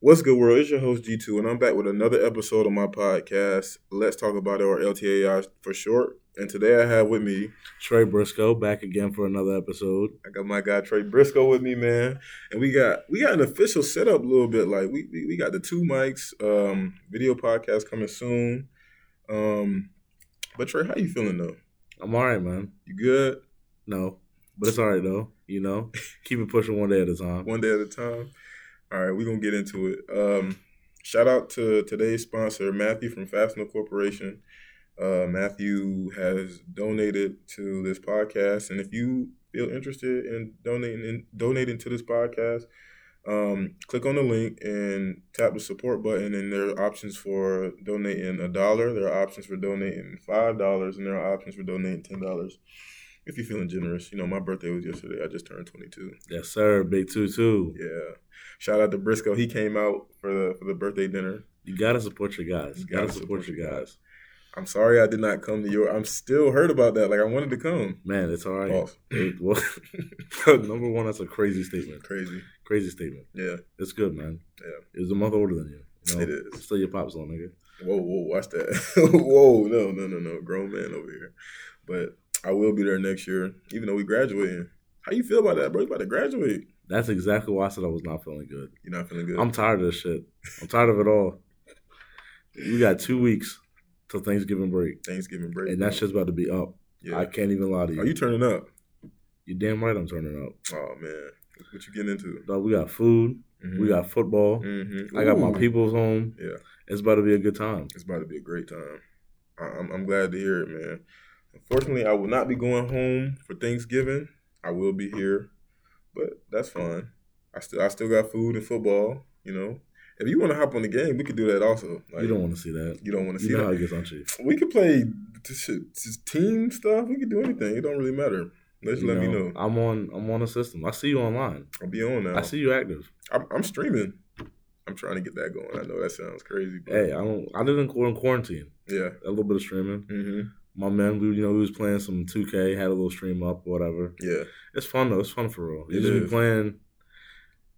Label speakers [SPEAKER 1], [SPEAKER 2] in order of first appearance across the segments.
[SPEAKER 1] What's good, world? It's your host G2, and I'm back with another episode of my podcast. Let's talk about it, or LTAI for short. And today I have with me,
[SPEAKER 2] Trey Briscoe back again for another episode.
[SPEAKER 1] I got my guy Trey Briscoe with me, man, and we got we got an official setup a little bit. Like we we, we got the two mics, um, video podcast coming soon. Um, but Trey, how you feeling though?
[SPEAKER 2] I'm all right, man.
[SPEAKER 1] You good?
[SPEAKER 2] No, but it's all right though. You know, keep it pushing one day at a time.
[SPEAKER 1] uh, One day at a time. All right, we're gonna get into it. Um, shout out to today's sponsor, Matthew from Fastenal Corporation. Uh, Matthew has donated to this podcast, and if you feel interested in donating in, donating to this podcast, um, click on the link and tap the support button. And there are options for donating a dollar. There are options for donating five dollars, and there are options for donating ten dollars. If you're feeling generous, you know my birthday was yesterday. I just turned 22.
[SPEAKER 2] Yes, sir. Big two two.
[SPEAKER 1] Yeah. Shout out to Briscoe. He came out for the for the birthday dinner.
[SPEAKER 2] You gotta support your guys.
[SPEAKER 1] You
[SPEAKER 2] You
[SPEAKER 1] gotta
[SPEAKER 2] gotta support your guys.
[SPEAKER 1] I'm sorry I did not come to your. I'm still hurt about that. Like I wanted to come.
[SPEAKER 2] Man, it's all right.
[SPEAKER 1] Pause.
[SPEAKER 2] It- well, number one, that's a crazy statement.
[SPEAKER 1] Crazy.
[SPEAKER 2] Crazy statement.
[SPEAKER 1] Yeah.
[SPEAKER 2] It's good, man.
[SPEAKER 1] Yeah.
[SPEAKER 2] It was a month older than you. you
[SPEAKER 1] It is.
[SPEAKER 2] Still your pops on, nigga.
[SPEAKER 1] Whoa, whoa, watch that. whoa, no, no, no, no. Grown man over here. But I will be there next year, even though we graduating. How you feel about that, bro? You about to graduate.
[SPEAKER 2] That's exactly why I said I was not feeling good.
[SPEAKER 1] You're not feeling good.
[SPEAKER 2] I'm tired of this shit. I'm tired of it all. We got two weeks till Thanksgiving break,
[SPEAKER 1] Thanksgiving break.
[SPEAKER 2] and that shit's about to be up.
[SPEAKER 1] yeah.
[SPEAKER 2] I can't even lie to you.
[SPEAKER 1] Are you turning up?
[SPEAKER 2] You're damn right I'm turning up.
[SPEAKER 1] Oh man. What you getting into?
[SPEAKER 2] Dog, we got food.
[SPEAKER 1] Mm.
[SPEAKER 2] We got football.
[SPEAKER 1] hmm
[SPEAKER 2] I got my peoples home.
[SPEAKER 1] Yeah.
[SPEAKER 2] It's about to be a good time.
[SPEAKER 1] It's about to be a great time. I, I'm, I'm glad to hear it, man. Unfortunately, I will not be going home for Thanksgiving. I will be here, but that's fine. I still I still got food and football. You know, if you want to hop on the game, we could do that also. Like,
[SPEAKER 2] you don't want to see that.
[SPEAKER 1] you don't want to see
[SPEAKER 2] You know how
[SPEAKER 1] that.
[SPEAKER 2] it gets on Chief.
[SPEAKER 1] We could play t- shit, t- team stuff. We could do anything. It don't really matter. Just
[SPEAKER 2] You
[SPEAKER 1] let me know. Oh.
[SPEAKER 2] I'm on. I'm on a system. I see you online.
[SPEAKER 1] I'll be on now.
[SPEAKER 2] I see you active.
[SPEAKER 1] I'm, I'm streaming. I'm trying to get that going. I know that sounds crazy, but
[SPEAKER 2] Hey, I don't. I didn't qu- in quarantine.
[SPEAKER 1] yeah.
[SPEAKER 2] A little bit of streaming.
[SPEAKER 1] hmm
[SPEAKER 2] My man, we you know we was playing some 2K. Had a little stream up, whatever.
[SPEAKER 1] Yeah.
[SPEAKER 2] It's fun though. It's fun for real. You
[SPEAKER 1] It
[SPEAKER 2] just be
[SPEAKER 1] is.
[SPEAKER 2] playing,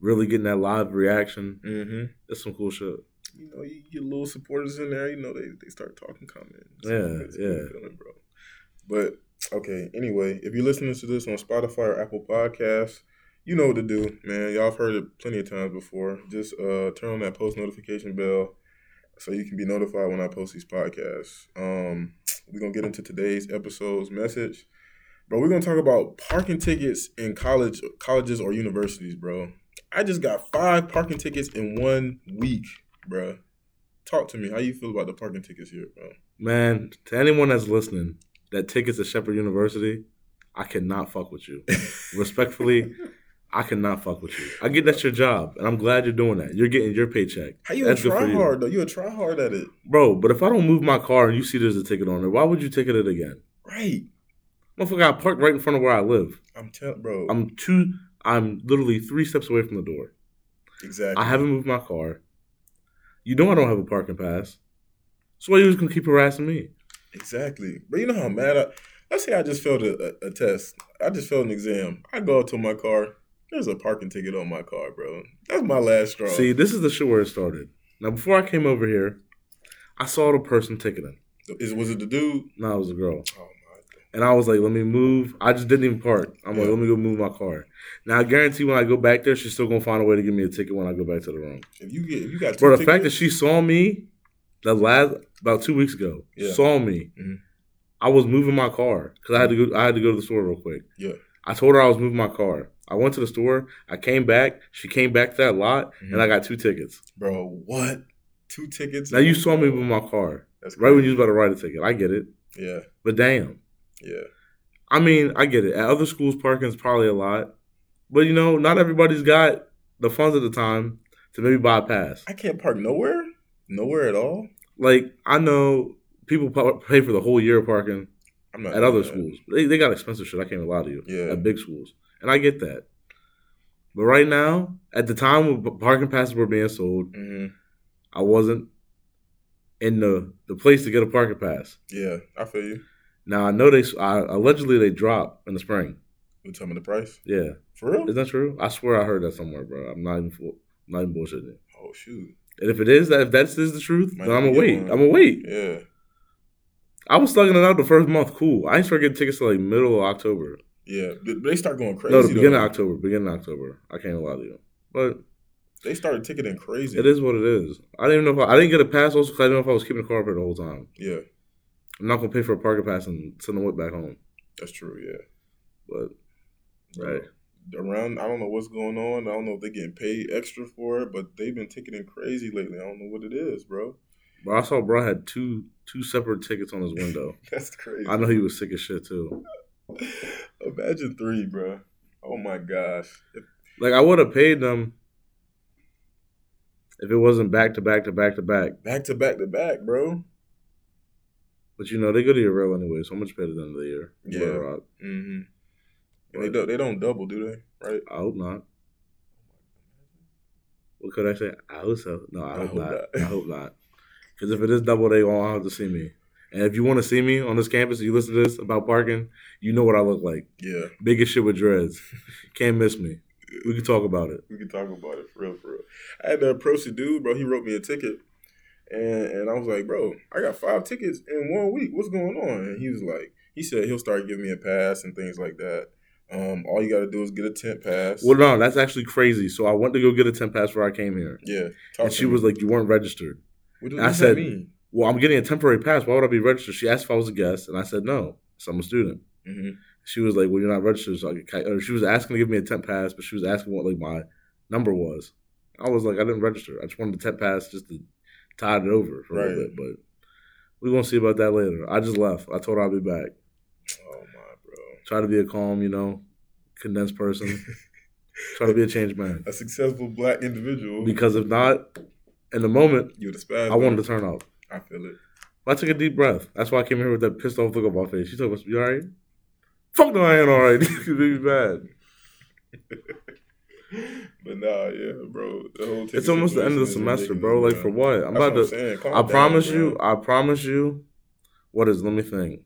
[SPEAKER 2] really getting that live reaction.
[SPEAKER 1] hmm
[SPEAKER 2] It's some cool shit.
[SPEAKER 1] you know, you get little supporters in there, you know, they, they start talking comments.
[SPEAKER 2] Yeah,
[SPEAKER 1] It's a good
[SPEAKER 2] yeah.
[SPEAKER 1] Feeling, bro. But okay, anyway, if you're listening to this on Spotify or Apple Podcasts, you know what to do, man. Y'all have heard it plenty of times before. Just uh, turn on that post notification bell so you can be notified when I post these podcasts. Um, we're gonna get into today's episode's message. Bro, we're gonna talk about parking tickets in college colleges or universities, bro. I just got five parking tickets in one week, bro. Talk to me. How you feel about the parking tickets here, bro?
[SPEAKER 2] Man, to anyone that's listening, that tickets to Shepherd University, I cannot fuck with you. Respectfully, I cannot fuck with you. I get that's your job, and I'm glad you're doing that. You're getting your paycheck,
[SPEAKER 1] How you
[SPEAKER 2] That's
[SPEAKER 1] a
[SPEAKER 2] good for
[SPEAKER 1] try
[SPEAKER 2] you.
[SPEAKER 1] hard though? You a try hard at it,
[SPEAKER 2] bro. But if I don't move my car and you see there's a ticket on it, why would you ticket it again?
[SPEAKER 1] right?
[SPEAKER 2] Motherfucker, I parked right in front of where I live.
[SPEAKER 1] I'm telling, bro.
[SPEAKER 2] I'm two. I'm literally three steps away from the door.
[SPEAKER 1] exactly.
[SPEAKER 2] I haven't moved my car. You know I don't have a parking pass. So why you just gonna keep harassing me?
[SPEAKER 1] Exactly. But you know how mad I let's say I just failed a, a, a test. I just failed an exam. I go out to my car. There's a parking ticket on my car, bro. That's my last straw.
[SPEAKER 2] See, this is the shit where it started. Now, before I came over here, I saw the person ticketing.
[SPEAKER 1] Is was it the dude?
[SPEAKER 2] No, it was a girl.
[SPEAKER 1] Oh my
[SPEAKER 2] And I was like, let me move. I just didn't even park. I'm like,
[SPEAKER 1] Yeah.
[SPEAKER 2] let me go move my car. Now, I guarantee when I go back there, she's still going to find a way to give me a ticket when I go back to the room.
[SPEAKER 1] if you get if you got two
[SPEAKER 2] Bro, the
[SPEAKER 1] tickets,
[SPEAKER 2] fact that she saw me the last, about two weeks ago,
[SPEAKER 1] Yeah.
[SPEAKER 2] saw me,
[SPEAKER 1] Mhm.
[SPEAKER 2] I was moving my car because I had to go, I had to go to the store real quick.
[SPEAKER 1] Yeah.
[SPEAKER 2] I told her I was moving my car. I went to the store. I came back. She came back to that lot,
[SPEAKER 1] Mhm.
[SPEAKER 2] and I got two tickets.
[SPEAKER 1] bro, what? Two tickets.
[SPEAKER 2] Now, you saw me with my car.
[SPEAKER 1] That's
[SPEAKER 2] Right when
[SPEAKER 1] crazy.
[SPEAKER 2] you was about to write a ticket. I get it.
[SPEAKER 1] Yeah,
[SPEAKER 2] But damn.
[SPEAKER 1] yeah.
[SPEAKER 2] I mean, I get it. At other schools, parking's probably a lot. But you know, not everybody's got the funds at the time to maybe buy a pass.
[SPEAKER 1] I can't park nowhere? Nowhere at all?
[SPEAKER 2] Like, I know people pa- pay for the whole year of parking
[SPEAKER 1] I'm not
[SPEAKER 2] at
[SPEAKER 1] doing
[SPEAKER 2] other
[SPEAKER 1] that.
[SPEAKER 2] schools. They, they got expensive shit. I can't even lie to you.
[SPEAKER 1] Yeah.
[SPEAKER 2] At big schools. And I get that. But right now, at the time when parking passes were being sold,
[SPEAKER 1] Mhm.
[SPEAKER 2] I wasn't in the, the place to get a parking pass.
[SPEAKER 1] Yeah, I feel you.
[SPEAKER 2] Now, I know they I, allegedly they drop in the spring.
[SPEAKER 1] You tell me the price
[SPEAKER 2] Yeah.
[SPEAKER 1] for real?
[SPEAKER 2] Is that true? I swear I heard that somewhere, bro. I'm not even full, I'm not even bullshitting.
[SPEAKER 1] Oh shoot.
[SPEAKER 2] And if it is that, if that's is the truth,
[SPEAKER 1] Might
[SPEAKER 2] then I'm gonna
[SPEAKER 1] get
[SPEAKER 2] wait.
[SPEAKER 1] one.
[SPEAKER 2] I'm gonna wait.
[SPEAKER 1] Yeah.
[SPEAKER 2] I was slugging it out the first month. Cool. I ain't start getting tickets till like middle of October.
[SPEAKER 1] Yeah. But they start going crazy.
[SPEAKER 2] no, the beginning
[SPEAKER 1] though.
[SPEAKER 2] of October. Beginning of October. I can't lie to you, but
[SPEAKER 1] They started ticketing crazy.
[SPEAKER 2] it is what it is. I didn't even know if I, I didn't get a pass also 'cause I didn't know if I was keeping the car up here the whole time.
[SPEAKER 1] Yeah,
[SPEAKER 2] I'm not gonna pay for a parking pass and send the whip back home.
[SPEAKER 1] that's true. Yeah.
[SPEAKER 2] But right,
[SPEAKER 1] Around, I don't know what's going on. I don't know if they're getting paid extra for it, but they've been ticketing crazy lately. I don't know what it is, bro.
[SPEAKER 2] but I saw Bro had two two separate tickets on his window.
[SPEAKER 1] That's crazy.
[SPEAKER 2] I know he was sick as shit too.
[SPEAKER 1] Imagine three, bro. Oh my gosh. If-
[SPEAKER 2] Like I would have paid them if it wasn't back to back to back to back.
[SPEAKER 1] Back to back to back, bro.
[SPEAKER 2] But you know they go to your rail anyway, so much better than the year.
[SPEAKER 1] Yeah.
[SPEAKER 2] Little Rock.
[SPEAKER 1] Mm-hmm. And they don't, they don't double, do they? Right?
[SPEAKER 2] I hope not. What could I say? I hope so. No, I,
[SPEAKER 1] I
[SPEAKER 2] hope,
[SPEAKER 1] hope
[SPEAKER 2] not.
[SPEAKER 1] not.
[SPEAKER 2] I hope not. Because if it is double, they won't have to see me. And if you want to see me on this campus, you listen to this about parking, you know what I look like.
[SPEAKER 1] Yeah.
[SPEAKER 2] Biggest shit with dreads. Can't miss me. We can talk about it.
[SPEAKER 1] We can talk about it for real, for real. I had to approach the dude, bro. He wrote me a ticket, and and I was like, bro, I got five tickets in one week. What's going on? And he was like, he said he'll start giving me a pass and things like that. Um, all you got to do is get a tent pass.
[SPEAKER 2] Well, no, that's actually crazy. So I went to go get a 10 pass where I came here.
[SPEAKER 1] yeah. Talk
[SPEAKER 2] And
[SPEAKER 1] to
[SPEAKER 2] she
[SPEAKER 1] me.
[SPEAKER 2] was like, You weren't registered.
[SPEAKER 1] what
[SPEAKER 2] I
[SPEAKER 1] does
[SPEAKER 2] said-
[SPEAKER 1] that mean?
[SPEAKER 2] Well, I'm getting a temporary pass. Why would I be registered? She asked if I was a guest, and I said no. So I'm a student.
[SPEAKER 1] hmm
[SPEAKER 2] she was like, "Well, you're not registered." So I could, ki- or she was asking to give me a temp pass, but she was asking what like my number was. I was like, "I didn't register. I just wanted a temp pass just to tide it over for a little
[SPEAKER 1] Right.
[SPEAKER 2] bit." But we're gonna see about that later. I just left. I told her I'll be back.
[SPEAKER 1] Oh my, bro.
[SPEAKER 2] Try to be a calm, you know, condensed person. Try to be a changed man.
[SPEAKER 1] A successful black individual.
[SPEAKER 2] Because if not, in the moment,
[SPEAKER 1] you would spaz.
[SPEAKER 2] I wanted to turn up.
[SPEAKER 1] I feel it.
[SPEAKER 2] But I took a deep breath. That's why I came here with that pissed off look on my face. She told us, "You all right?" Fuck no, I ain't all right. This could be bad.
[SPEAKER 1] But nah, yeah, bro. The whole ticket
[SPEAKER 2] It's almost the end of the
[SPEAKER 1] situation is
[SPEAKER 2] semester, bro. Like for
[SPEAKER 1] ridiculous,
[SPEAKER 2] what? I'm
[SPEAKER 1] bro. That's
[SPEAKER 2] about to.
[SPEAKER 1] what saying. Calm
[SPEAKER 2] I
[SPEAKER 1] down,
[SPEAKER 2] promise
[SPEAKER 1] bro.
[SPEAKER 2] you. I promise you. What is? Let me think.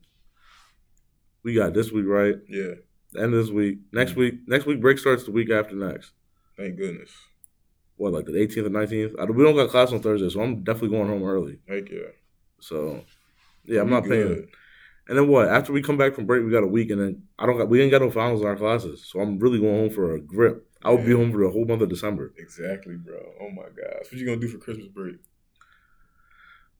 [SPEAKER 2] We got this week right.
[SPEAKER 1] Yeah.
[SPEAKER 2] The end of this week. Next
[SPEAKER 1] Mm-hmm.
[SPEAKER 2] week. Next week break starts the week after next.
[SPEAKER 1] Thank goodness.
[SPEAKER 2] What like the 18th or 19th? I, we don't got class on Thursday, so I'm definitely going home early.
[SPEAKER 1] Thank you.
[SPEAKER 2] So yeah, I'm not
[SPEAKER 1] We
[SPEAKER 2] paying.
[SPEAKER 1] good.
[SPEAKER 2] And then what? After we come back from break, we got a week, and then I don't got. We ain't got no finals in our classes, so I'm really going home for a grip. I will be
[SPEAKER 1] Yeah.
[SPEAKER 2] home for the whole month of December.
[SPEAKER 1] Exactly, bro. Oh my gosh. What you gonna do for Christmas break?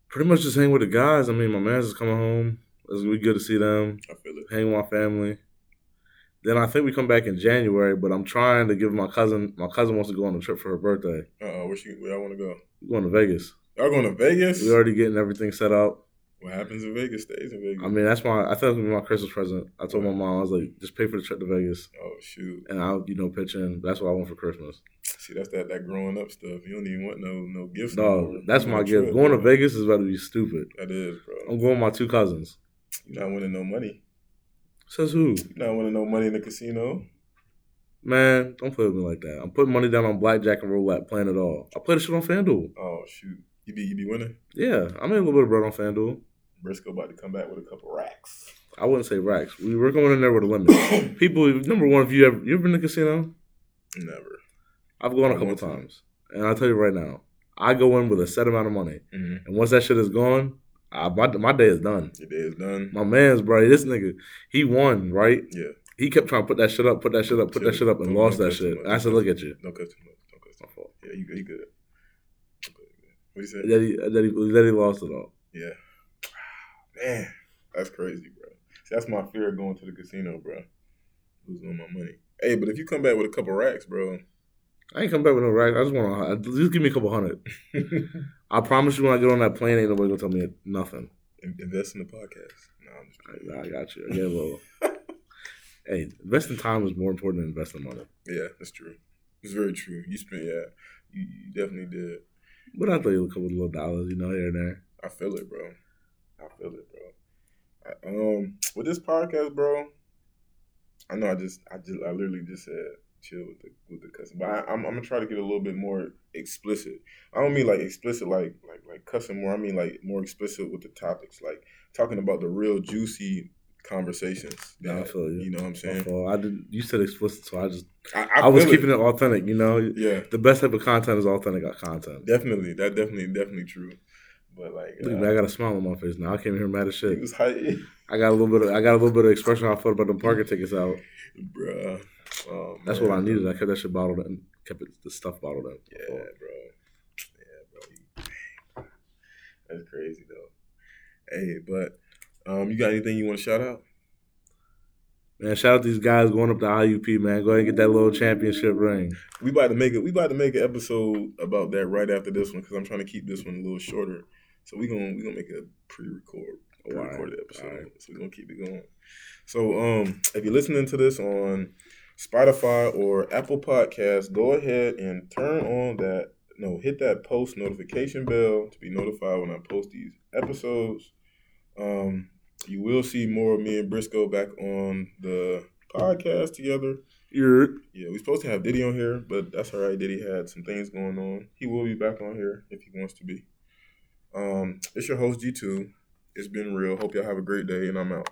[SPEAKER 2] Pretty much just hang with the guys. I mean, my man's is coming home. It's gonna be good to see them.
[SPEAKER 1] I feel it.
[SPEAKER 2] hang with my family. Then I think we come back in January, but I'm trying to give my cousin. My cousin wants to go on a trip for her birthday.
[SPEAKER 1] Uh oh, where she where y'all wanna go?
[SPEAKER 2] We're going to Vegas.
[SPEAKER 1] Y'all going to Vegas?
[SPEAKER 2] We already getting everything set up.
[SPEAKER 1] what happens in Vegas stays in Vegas.
[SPEAKER 2] I mean, that's my. I thought it was gonna be my Christmas present. I told my mom I was like, just pay for the trip to Vegas,
[SPEAKER 1] oh shoot.
[SPEAKER 2] and I'll you know pitch in. That's what I want for Christmas.
[SPEAKER 1] See that's that, that growing up stuff. You don't even want no no gifts.
[SPEAKER 2] No,
[SPEAKER 1] more.
[SPEAKER 2] that's
[SPEAKER 1] You
[SPEAKER 2] my
[SPEAKER 1] want a
[SPEAKER 2] gift.
[SPEAKER 1] trip,
[SPEAKER 2] Going to
[SPEAKER 1] bro.
[SPEAKER 2] Vegas Oh. is about to be stupid.
[SPEAKER 1] That is, bro.
[SPEAKER 2] I'm going with my two cousins.
[SPEAKER 1] You're not winning no money.
[SPEAKER 2] Says who?
[SPEAKER 1] You're not winning no money in the casino.
[SPEAKER 2] Man, don't play with me like that. I'm putting money down on blackjack and roulette, playing it all. I play the shit on FanDuel.
[SPEAKER 1] Oh shoot. You be you be winning?
[SPEAKER 2] Yeah, I made a little bit of bread on FanDuel.
[SPEAKER 1] Briscoe about to come back with a couple racks.
[SPEAKER 2] I wouldn't say racks. We were going in there with a limit. People, number one, if you ever you ever been to a casino,
[SPEAKER 1] Never.
[SPEAKER 2] I've gone
[SPEAKER 1] I
[SPEAKER 2] a couple
[SPEAKER 1] want to.
[SPEAKER 2] times, and I'll tell you right now, I go in with a set amount of money,
[SPEAKER 1] Mm-hmm.
[SPEAKER 2] and once that shit is gone, I, my my day is done.
[SPEAKER 1] Your day is done.
[SPEAKER 2] My man's bro, this nigga, he won right.
[SPEAKER 1] Yeah.
[SPEAKER 2] He kept trying to put that shit up, put that shit up, put that shit up, and
[SPEAKER 1] Don't
[SPEAKER 2] lost
[SPEAKER 1] make that
[SPEAKER 2] that shit.
[SPEAKER 1] too much.
[SPEAKER 2] And I said, "Look at you."
[SPEAKER 1] Don't cut too much. Don't cut too
[SPEAKER 2] My
[SPEAKER 1] much.
[SPEAKER 2] fault.
[SPEAKER 1] Yeah, you, you good. What do you say?
[SPEAKER 2] That he that he that he lost it all.
[SPEAKER 1] Yeah. Man, that's crazy, bro. See, that's my fear of going to the casino, bro. Losing all my money. Hey, but if you come back with a couple racks, bro.
[SPEAKER 2] I ain't come back with no racks. I just want to just give me a couple hundred. I promise you, when I get on that plane, ain't nobody gonna tell me nothing.
[SPEAKER 1] in- invest in the podcast. No, I'm just kidding.
[SPEAKER 2] I, I got you. I get a little. hey, investing time is more important than investing money.
[SPEAKER 1] Yeah, that's true. It's very true. You spent, yeah. You, you definitely did.
[SPEAKER 2] But I throw you a couple of little dollars, you know, here and there.
[SPEAKER 1] I feel it, bro. I feel it, bro. I, um, with this podcast, bro. I know I just, I just, I literally just said chill with the with the cussing, but I, I'm, I'm gonna try to get a little bit more explicit. I don't mean like explicit, like like like cussing more. I mean like more explicit with the topics, like talking about the real juicy conversations.
[SPEAKER 2] Nah, I
[SPEAKER 1] That,
[SPEAKER 2] feel you.
[SPEAKER 1] you know what I'm
[SPEAKER 2] My
[SPEAKER 1] saying?
[SPEAKER 2] fault. I did. You said explicit, so I just
[SPEAKER 1] I,
[SPEAKER 2] I, was
[SPEAKER 1] feel it.
[SPEAKER 2] keeping it authentic. You know,
[SPEAKER 1] Yeah,
[SPEAKER 2] the best type of content is authentic content.
[SPEAKER 1] definitely. That definitely, definitely true. But like,
[SPEAKER 2] Look at me, I got a smile on my face now. I came here mad as
[SPEAKER 1] uh, he
[SPEAKER 2] shit.
[SPEAKER 1] was hype,
[SPEAKER 2] I got a little bit. Of, I got a little bit of expression how I felt about them Parker tickets out.
[SPEAKER 1] bruh. Oh,
[SPEAKER 2] That's
[SPEAKER 1] man.
[SPEAKER 2] what I needed. I kept that shit bottled in. Kept it, the stuff bottled in.
[SPEAKER 1] Yeah, bro. Yeah, bro. You- That's crazy though. Hey, but um, you got anything you want to shout out?
[SPEAKER 2] Man, shout out these guys going up to IUP. Man, go ahead and get that little championship ring.
[SPEAKER 1] We about to make it. We about to make an episode about that right after this one because I'm trying to keep this one a little shorter. So we gonna we gonna make a pre-record
[SPEAKER 2] Oh, all right,
[SPEAKER 1] pre-recorded episode.
[SPEAKER 2] all right.
[SPEAKER 1] So we gonna keep it going. So um, if you're listening to this on Spotify or Apple Podcasts, go ahead and turn on that. No, hit that post notification bell to be notified when I post these episodes. Um, you will see more of me and Briscoe back on the podcast together.
[SPEAKER 2] You're
[SPEAKER 1] Yeah, we're supposed to have Diddy on here, but that's all right. Diddy had some things going on. He will be back on here if he wants to be. Um, it's your host G2. It's been real. Hope y'all have a great day, and I'm out.